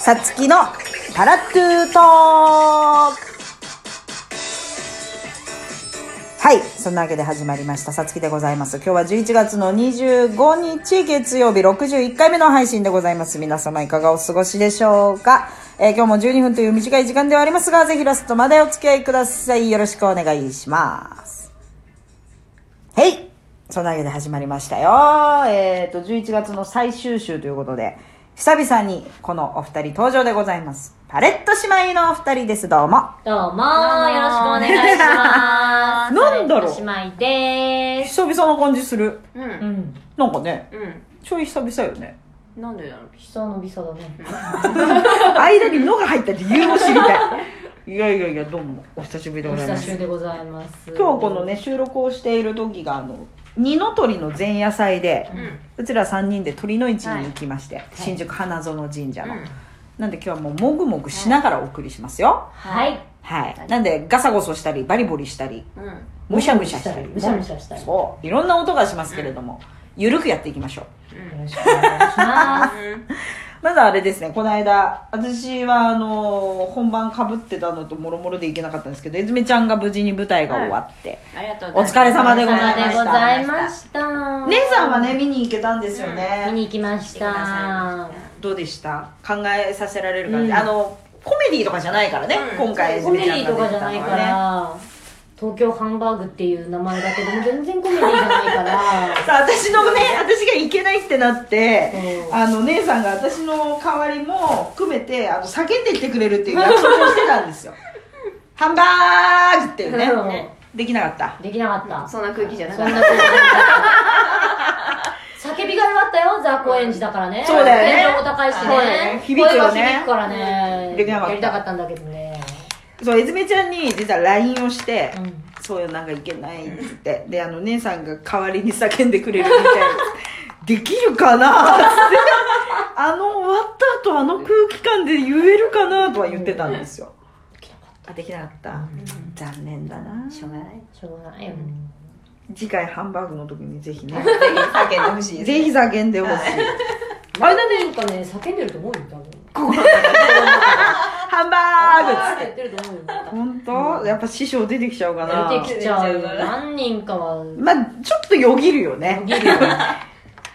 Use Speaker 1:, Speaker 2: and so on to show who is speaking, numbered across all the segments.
Speaker 1: さつきのパラットゥートークはいそんなわけで始まりましたさつきでございます今日は11月の25日月曜日61回目の配信でございます皆様いかがお過ごしでしょうか、えー今日も12分という短い時間ではありますがぜひラストまでお付き合いくださいよろしくお願いしますはい。そんなわけで始まりましたよ。えっ、と、11月の最終週ということで、久々にこのお二人登場でございます。パレット姉妹のお二人です。どうも。
Speaker 2: どうもよろしくお願いします。
Speaker 1: なんだろう
Speaker 2: 姉妹でー
Speaker 1: 久
Speaker 2: す。
Speaker 1: 々な感じする。う
Speaker 3: う。
Speaker 1: んん。なんかね、
Speaker 3: う
Speaker 1: ちょい久々よね。
Speaker 3: ん。なんでだろう。
Speaker 2: 久々のびさだね。
Speaker 1: 間に「の」が入った理由を知りたい。いやいやいや、どうも。お久しぶりで
Speaker 2: お
Speaker 1: ござい
Speaker 2: 久
Speaker 1: ま
Speaker 2: しぶ
Speaker 1: す
Speaker 2: り。でございます。
Speaker 1: 今日このね、。収録をしている時が、あの、二の鳥の前夜祭で、
Speaker 3: うん。
Speaker 1: うちら3人で鳥の市に行きまして、新宿花園神社の。なんで今日はもうもぐもぐしながらお送りしますよ。
Speaker 2: はい。
Speaker 1: はい。
Speaker 3: い
Speaker 1: なんでガサゴソしたり、バリボリしたり、
Speaker 3: うん。うん。
Speaker 1: むしゃむしゃしたり。
Speaker 2: むしゃむしゃしたり。よ
Speaker 1: そう。いろんな音がしますけれども、ゆるくやっていきましょう。
Speaker 2: ろしくお願いしま
Speaker 1: まずあれですね、この間、私はあのー本番かぶってたのともろもろでいけなかったんですけど、えずみちゃんが無事に舞台が終わって、
Speaker 3: ありがとう
Speaker 1: お疲れ
Speaker 2: す。
Speaker 1: 様でございま
Speaker 2: お疲れ様でございま
Speaker 1: し
Speaker 2: した。
Speaker 1: た。姉さんはね、見に行けたんですよ
Speaker 2: 見
Speaker 1: ね。
Speaker 2: に行きました。
Speaker 1: どうでした考えさせられる感
Speaker 2: う
Speaker 1: じ。
Speaker 2: ん
Speaker 1: あの、コメディとかじゃないからね、
Speaker 3: うん
Speaker 1: 今回、
Speaker 2: コメディとかじゃないか
Speaker 1: ね
Speaker 2: ら、東京ハンバーグっていう名前だけども全然コメディじゃないから。
Speaker 1: さあ私のね私が行けないってなって
Speaker 2: うん
Speaker 1: あの姉さんが私の代わりも含めてあの叫んでいってくれるって いう約束をしてたんですよハンバーグっていうね、できなかった
Speaker 2: できなかった。
Speaker 3: そんな空気じゃな
Speaker 2: そ
Speaker 3: か
Speaker 2: ん
Speaker 3: っ
Speaker 2: な
Speaker 3: た。
Speaker 2: ことなかった叫びがいはあったよ、ザ・高円寺だからね。
Speaker 1: そうだよね
Speaker 2: 天井も高いし
Speaker 1: そうだよ
Speaker 2: ね
Speaker 1: ね。響くよね
Speaker 2: 声が響くからね。
Speaker 1: できなかった
Speaker 2: やりたかったんだけどね。
Speaker 1: そうえずめちゃんに実は LINE をして、
Speaker 2: うん
Speaker 1: そういうなんか行けないって言ってであの姉さんが代わりに叫んでくれるみたいな できるかなって あの終わった後あの空気感で言えるかなとは言ってたんですよあできなかった、残念だな
Speaker 3: しょうがない。
Speaker 2: しょうがないよね。
Speaker 1: 次回ハンバーグの時にぜひね
Speaker 3: 叫んでほし い。
Speaker 1: ぜひ叫んでほしい
Speaker 2: あれだね、なんかね、叫んでると思うよ、多分。
Speaker 1: ハンバーグっつっ
Speaker 2: やってると思うよ。
Speaker 1: て本当、やっぱ師匠出てきちゃうかな
Speaker 2: 出てきちゃうよ。
Speaker 3: 出てきちゃうから
Speaker 2: 何人かは、
Speaker 1: まあちょっとよぎるよね
Speaker 2: 逃げ るよ。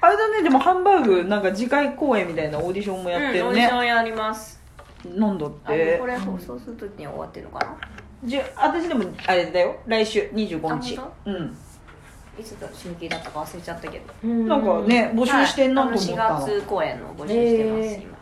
Speaker 1: あれだねでもハンバーグなんか次回公演みたいなオーディションもやって
Speaker 3: うん。オ
Speaker 1: る
Speaker 3: ーディ
Speaker 1: ね
Speaker 3: シ、ョンやります。
Speaker 1: なんだっ
Speaker 3: あ、もう
Speaker 1: て
Speaker 3: これ放送するときに終わってるのかな。
Speaker 1: じゅ私でもあれだよ来週25日
Speaker 3: あ本
Speaker 1: うん
Speaker 3: いつだ締め切りだったか忘れちゃったけど。
Speaker 1: なんかね募集してんな
Speaker 3: はい
Speaker 1: と思った
Speaker 3: あの
Speaker 1: の
Speaker 3: 4月公演の募集してま
Speaker 2: へ
Speaker 3: す
Speaker 2: ー
Speaker 3: 今。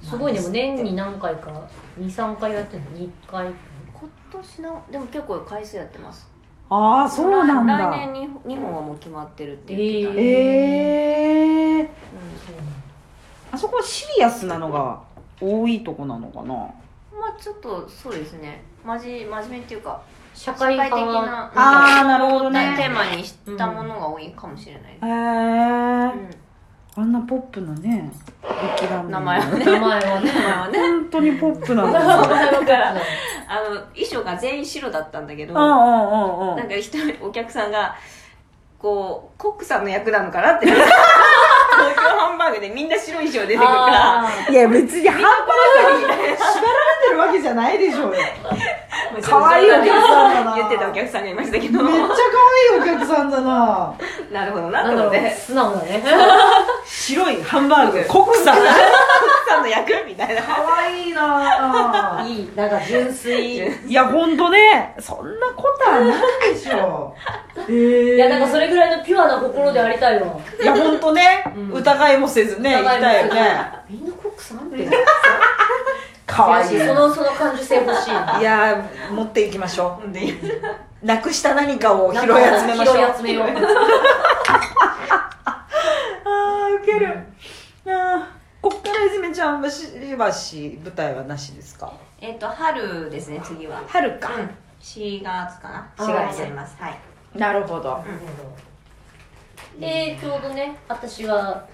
Speaker 2: すごいね、でも年に何回か、2、3回やってるの、2回。
Speaker 3: 今年のでも結構回数やってます。
Speaker 1: ああそうなんだ
Speaker 3: 来来年に二本はもう決まってるって言ってた。
Speaker 2: えー
Speaker 1: ええー、
Speaker 2: そうな
Speaker 3: うん
Speaker 2: んだ
Speaker 1: あそこはシリアスなのが多いとこなのかな
Speaker 3: まあちょっとそうですね。まじ真面目っていうか。
Speaker 2: 社会
Speaker 3: 社会
Speaker 2: 派
Speaker 3: 的
Speaker 2: は
Speaker 3: な
Speaker 1: あーなるほどね
Speaker 3: テーマにしたものが多いかもしれない、
Speaker 1: ええ
Speaker 3: うん
Speaker 1: あんなポップなね劇団なのに
Speaker 3: 名前はね
Speaker 2: 名前 はね。
Speaker 3: 名前はね
Speaker 1: 本当にポップなの
Speaker 2: 名
Speaker 1: よ
Speaker 2: 前はから。
Speaker 3: あの衣装が全員白だったんだけど
Speaker 1: うんう
Speaker 3: なん
Speaker 1: うんうん
Speaker 3: か一人お客さんがこうコックさんの役なのかなって東京ハンバーグでみんな白い衣装出てくるから
Speaker 2: あ
Speaker 1: いや別に半端なくに縛られてるわけじゃないでしょうよ
Speaker 3: もう
Speaker 1: かわいいお客さんだな
Speaker 3: 言ってたお客さんがいましたけど
Speaker 1: めっちゃ可愛いお客さんだな
Speaker 3: なるほど
Speaker 2: ー
Speaker 3: な
Speaker 2: な
Speaker 3: と
Speaker 2: んだ
Speaker 3: 思
Speaker 2: ろ
Speaker 3: って
Speaker 2: う、
Speaker 3: コッ
Speaker 2: 素直だね。
Speaker 1: 白いハンバーグコックさん
Speaker 3: クさんの役みたいな
Speaker 1: 可愛いない
Speaker 2: い、なんか純粋。い
Speaker 1: いや本当ねそんなことはないでしょうええ
Speaker 2: や、なんかそれぐらいのピュアな心でありたいわ。
Speaker 1: いや本当ね、
Speaker 2: うん
Speaker 1: 疑いもせずね行きたいよね
Speaker 2: みんなコックさんって。
Speaker 1: 可愛い
Speaker 2: その、その感受性欲しいな。
Speaker 1: いやー持っていきましょ
Speaker 3: うんで
Speaker 1: うなくした何かを拾い集めましょう
Speaker 2: 拾い集めよう。
Speaker 1: あーウケる、あーこっからいずめちゃんはしばし舞台はなしですか
Speaker 3: えっと春ですね次は
Speaker 1: 春
Speaker 3: うん4月かな
Speaker 2: あー
Speaker 3: 4月やりますはい
Speaker 1: なるほど
Speaker 2: で、ちょうどね、私は、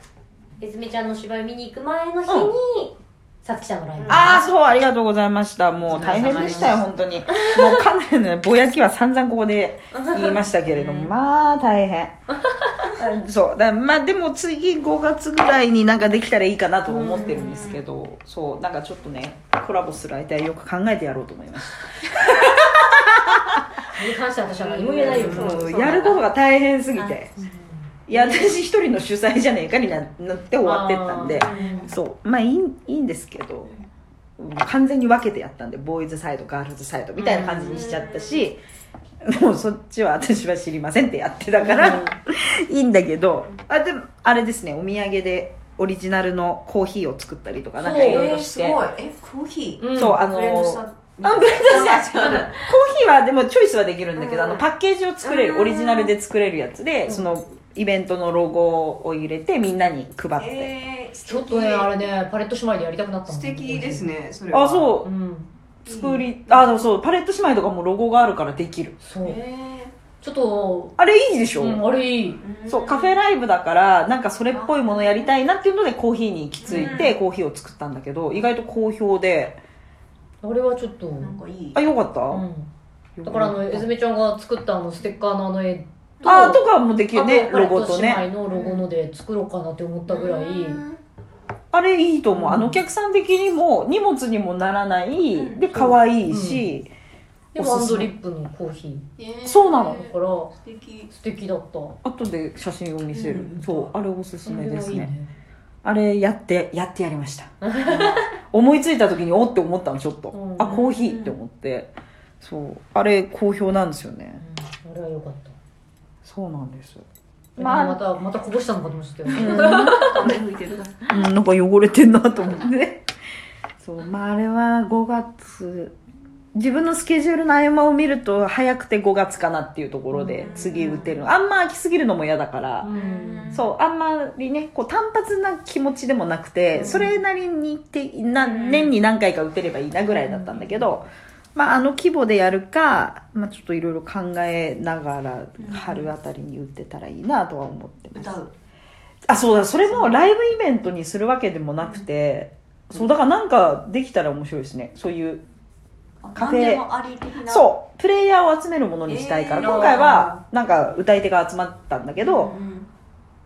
Speaker 2: えずめちゃんの芝居見に行く前の日
Speaker 1: う
Speaker 2: に、さつきちゃんのライブ。
Speaker 1: ああそうありがとうございましたもう大変でしたよ本当にもう かなりのねぼやきは散々ここで言いましたけれどもまあ大変そうだまあでも次5月ぐらいになんかできたらいいかなと思ってるんですけど、そうなんかちょっとねコラボする相手はよく考えてやろうと思いました
Speaker 2: それに関しては私は何も言えないよ、
Speaker 3: うん
Speaker 2: もう
Speaker 1: もう
Speaker 3: そう
Speaker 1: やることが大変すぎ
Speaker 2: は
Speaker 1: て
Speaker 2: い
Speaker 1: いや私一人の主催じゃねえかにななって終わってったんで
Speaker 2: あー
Speaker 1: そうまあいいいいんですけどうん完全に分けてやったんでボーイズサイドガールズサイドみたいな感じにしちゃったし、もうそっちは私は知りませんってやってたから、いいんだけどあでもあれですねお土産でオリジナルのコーヒーを作ったりとかなんかいろいろして、
Speaker 4: ごいえコーヒー
Speaker 2: うん
Speaker 1: そうあの
Speaker 4: ブ
Speaker 1: ー
Speaker 4: レンドした
Speaker 1: あブレンドしたコーヒーはでもチョイスはできるんだけ
Speaker 4: う
Speaker 1: ど、
Speaker 4: ん
Speaker 1: あのパッケージを作れ
Speaker 4: うん
Speaker 1: るオリジナルで作れるやつで、そのイベントのロゴを入れてみんなに配って、
Speaker 4: えー、
Speaker 2: ちょっとねあれ
Speaker 4: ね
Speaker 2: ねパレット姉妹でやりたくなったも
Speaker 4: 素
Speaker 2: ん
Speaker 4: 敵ですねそれは
Speaker 1: あそうう、
Speaker 2: ん
Speaker 1: 作りあでもそうパレット姉妹とかもロゴがあるからできる
Speaker 2: そう
Speaker 4: え
Speaker 2: ちょっと
Speaker 1: あれいいでしょ、
Speaker 2: うんあれいい
Speaker 4: ー
Speaker 1: そうカフェライブだからなんかそれっぽいものやりたいなっていうのでコーヒーに行き着いてコーヒーを作ったんだけど意外と好評で
Speaker 2: あれはちょっとう
Speaker 4: なん
Speaker 2: ん
Speaker 4: かいい
Speaker 1: あよかった、よ
Speaker 2: だからあの
Speaker 1: っ
Speaker 2: え
Speaker 1: た
Speaker 2: ずみちゃんが作ったあのステッカーのあの絵と
Speaker 1: あとかもできるね
Speaker 2: あと
Speaker 1: ロゴと
Speaker 2: パレ
Speaker 1: ね
Speaker 2: ット姉妹のロゴので作ろうかなって思ったぐらい
Speaker 4: うん
Speaker 1: あれいいと思う、
Speaker 2: うん
Speaker 1: あのお客さん的にも荷物にもならない、
Speaker 4: うん
Speaker 1: で可愛いし、
Speaker 2: で
Speaker 1: お
Speaker 2: もア
Speaker 1: す
Speaker 2: ン
Speaker 1: す
Speaker 2: ド
Speaker 1: め
Speaker 2: リップのコーヒー
Speaker 4: えー
Speaker 1: そうなの
Speaker 2: だから
Speaker 4: 素敵
Speaker 2: 素敵だった
Speaker 1: 後で写真を見せる、
Speaker 4: うん
Speaker 1: そうあれおすすめですね
Speaker 2: あれはいい
Speaker 1: あれやってやってやりました 思いついた時におって思ったのちょっと、
Speaker 2: うん
Speaker 1: あコーヒーって思って、そうあれ好評なんですよね
Speaker 2: うんあれは良かった
Speaker 1: そうなんです
Speaker 2: ま
Speaker 1: まあ
Speaker 2: あ、またまたこぼしたのかと思ってたよ、
Speaker 3: 拭いてる
Speaker 1: うん、なんか汚れてんなと思って。 そう、まああれは5月、自分のスケジュールの合間を見ると早くて5月かなっていうところで
Speaker 4: うん
Speaker 1: 次打てるの。あんま空きすぎるのも嫌だから、
Speaker 2: うん
Speaker 1: そう、あんまりね、こう単発な気持ちでもなくて、
Speaker 4: うん
Speaker 1: それなりにって、な、
Speaker 4: うん
Speaker 1: 年に何回か打てればいいなぐらいだったんだけど、まああの規模でやるか、まあちょっといろいろ考えながら
Speaker 4: うん
Speaker 1: 春あたりに打ってたらいいなとは思ってます。
Speaker 4: 歌う
Speaker 1: あそうだそれもライブイベントにするわけでもなくて、そうだからなんかできたら面白いですねそういう
Speaker 4: あ
Speaker 1: カ
Speaker 4: 何
Speaker 1: フェ
Speaker 4: でもあり的な
Speaker 1: そうプレイヤーを集めるものにしたいから、
Speaker 4: えー
Speaker 1: 今回はなんか歌い手が集まったんだけど、
Speaker 4: ん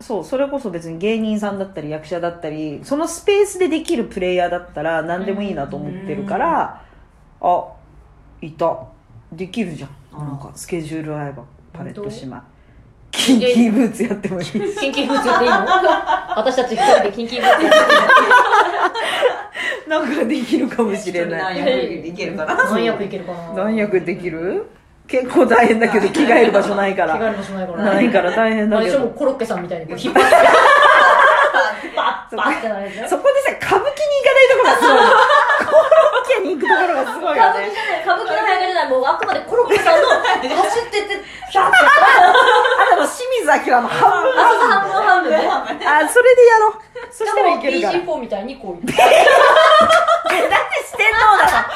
Speaker 1: そうそれこそ別に芸人さんだったり役者だったりそのスペースでできるプレイヤーだったら何でもいいなと思ってるから、あいたできるじゃん
Speaker 4: あら
Speaker 1: なんかスケジュール合えばパレット島キ
Speaker 2: 本
Speaker 1: ン
Speaker 2: 当
Speaker 1: キーブーツやってもいいし
Speaker 2: 緊急物でいいの私たち一人で緊急物でいいの
Speaker 1: なんかできるかもしれない
Speaker 3: 何役できるかな
Speaker 2: 何役いけるかな
Speaker 1: 何役できる結構大変だけど着替える場所ないか
Speaker 2: 着替え
Speaker 1: ら
Speaker 2: る場所ないから
Speaker 1: ないから大変だ
Speaker 2: あ
Speaker 1: け
Speaker 2: れでも
Speaker 1: ど
Speaker 2: コロッケさんみたいにこう引っ張ってバッバッってなるじゃん
Speaker 1: そこでさ歌舞伎に行かないところがすごいコロッケに行くところがすごい
Speaker 2: 歌
Speaker 1: よ
Speaker 2: 舞伎
Speaker 1: ね
Speaker 2: じゃない歌舞伎の流行りじゃないもうあくまでコロッケさんの走ってってシャッて
Speaker 1: あでも清水明の半分
Speaker 2: 朝半分半分ね
Speaker 1: あそれでやろうそしたらいける
Speaker 2: し
Speaker 1: から
Speaker 2: か
Speaker 1: だっ
Speaker 2: も BG4 みたいにこう
Speaker 1: て四天王だろ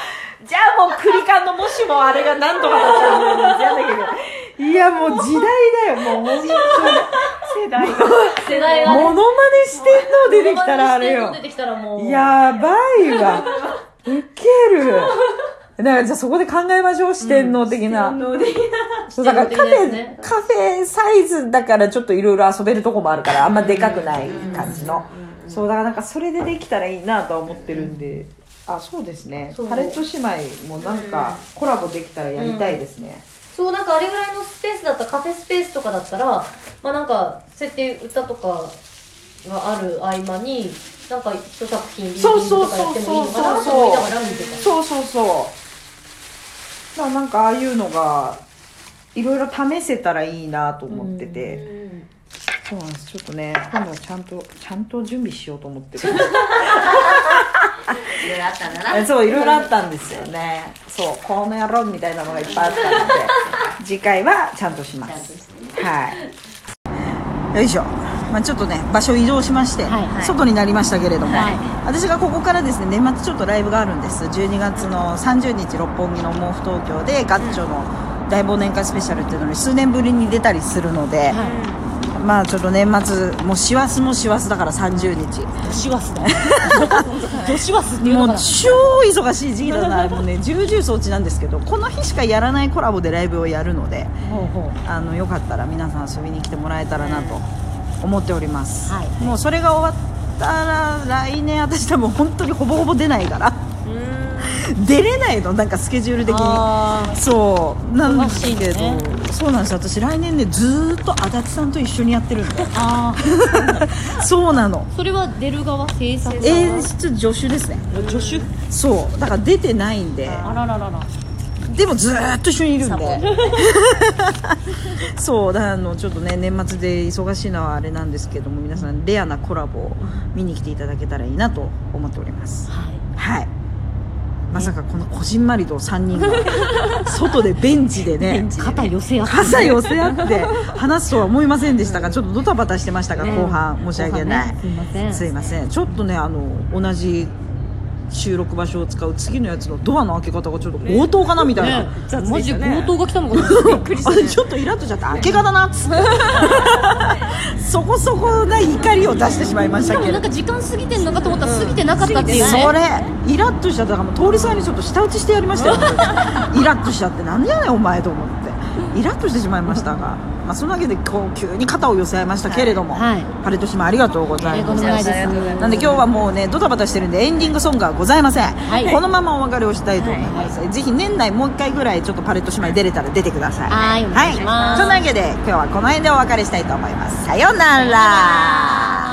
Speaker 1: じゃあもう栗缶のもしもあれがなんとかだったらやだけどいやもう時代だよもう 本当に世代
Speaker 2: 世代がね
Speaker 1: モノマネ四天王出てきたらあれよ
Speaker 2: 出てきたらもう
Speaker 1: やばい わ。ウケる。だからじゃあそこで考えましょう、四天王的な。そうだからカフ
Speaker 2: 四天王的な
Speaker 1: ェ、
Speaker 2: やつね
Speaker 1: カフェサイズだからちょっといろいろ遊べるとこもあるから、あんまでかくない感じの。そう、だからなんかそれでできたらいいなとは思ってるんで。あ、そうですね
Speaker 2: そう。
Speaker 1: パレット姉妹もなんかコラボできたらやりたいですね。
Speaker 2: そうなんかあれぐらいのスペースだったらカフェスペースとかだったらまあなんか設定歌とかがある合間になんか一作品リーディングとかやってもいいのかなと思いながら見てた
Speaker 1: そうそうそう。だからなんかああいうのが、いろいろ試せたらいいなと思ってて。そうなんです。ちょっとね、今度はちゃんと、ちゃんと準備しようと思 って
Speaker 4: い
Speaker 1: る。
Speaker 4: ろいろあったんだ
Speaker 1: えそう、いろいろあったんですよね。そう、この野郎みたいなのがいっぱいあったので、 次回はちゃんとします。はい。よいしょ。まあ、ちょっとね場所移動しまして、
Speaker 2: はいはい
Speaker 1: 外になりましたけれども、
Speaker 2: はい
Speaker 1: 私がここからですね年末ちょっとライブがあるんです12月の30日六本木の毛布東京でガッチョの大忘年会スペシャルっていうのに数年ぶりに出たりするので、
Speaker 2: はい
Speaker 1: まあちょっと年末もう師走も師走だから30日
Speaker 2: 年 忘すだ年忘すっていう
Speaker 1: も
Speaker 2: の
Speaker 1: う
Speaker 2: かな
Speaker 1: 超忙しい時期だなもうね重々承知なんですけどこの日しかやらないコラボでライブをやるので
Speaker 2: ほうほう
Speaker 1: あのよかったら皆さん遊びに来てもらえたらなと思っております、
Speaker 2: はい
Speaker 1: もうそれが終わったら来年私多分本当にほぼほぼ出ないから出れないのなんかスケジュール的に
Speaker 2: あ
Speaker 1: そうなんで
Speaker 2: 忙
Speaker 1: す
Speaker 2: しい
Speaker 1: けど、
Speaker 2: ね
Speaker 1: そうなんです私来年ねずーっと足立さんと一緒にやってるんで
Speaker 2: ーあ ー
Speaker 1: そうなの
Speaker 2: それは出る側制作側
Speaker 1: 演出助手ですね
Speaker 2: 助手
Speaker 1: そうだから出てないんで
Speaker 2: あらららら
Speaker 1: でもずーっと一緒にいるんで そうだからあのちょっとね年末で忙しいのはあれなんですけども皆さんレアなコラボを見に来ていただけたらいいなと思っておりますはいまさかこのこじんまりと3人が 外でベンチでね
Speaker 2: 肩寄せ合って
Speaker 1: 傘寄せ合って話すとは思いませんでしたがちょっとドタバタしてましたが
Speaker 2: ね
Speaker 1: 後半申し訳ない、
Speaker 2: 後半ねすいません
Speaker 1: すいませんちょっとねあの同じ収録場所を使う次のやつのドアの開け方がちょっと強盗かなみたいな、
Speaker 2: ねマジで強盗が来たの かな
Speaker 1: あれちょっとイラッとしちゃった明け方 なっつってそこそこな怒りを出してしまいまし
Speaker 2: したかも
Speaker 1: け
Speaker 2: な
Speaker 1: ど
Speaker 2: んか時間過ぎてんのかと思ったら過ぎてなかったっていうね
Speaker 1: それイラッとしちゃったからもう通りすがりにちょっと舌打ちしてやりましたよイラッとしちゃってなんじゃないお前と思ってイラッとしてしまいましたが、まあ、そのわけでこう急に肩を寄せ合いましたけれども、
Speaker 2: はいはい
Speaker 1: パレット島ありがとうござい
Speaker 2: と
Speaker 1: ま
Speaker 2: ん
Speaker 1: す
Speaker 2: でもないです
Speaker 1: なんで今日はもうねドタバタしてるんでエンディングソングはございません、
Speaker 2: い
Speaker 1: このままお別れをしたいと思います、ぜひ年内もう一回ぐらいちょっとパレット島に出れたら出てください
Speaker 2: はいお願いしま
Speaker 1: はい、
Speaker 2: す
Speaker 1: そんなわけで今日はこの辺でお別れしたいと思いますさようなら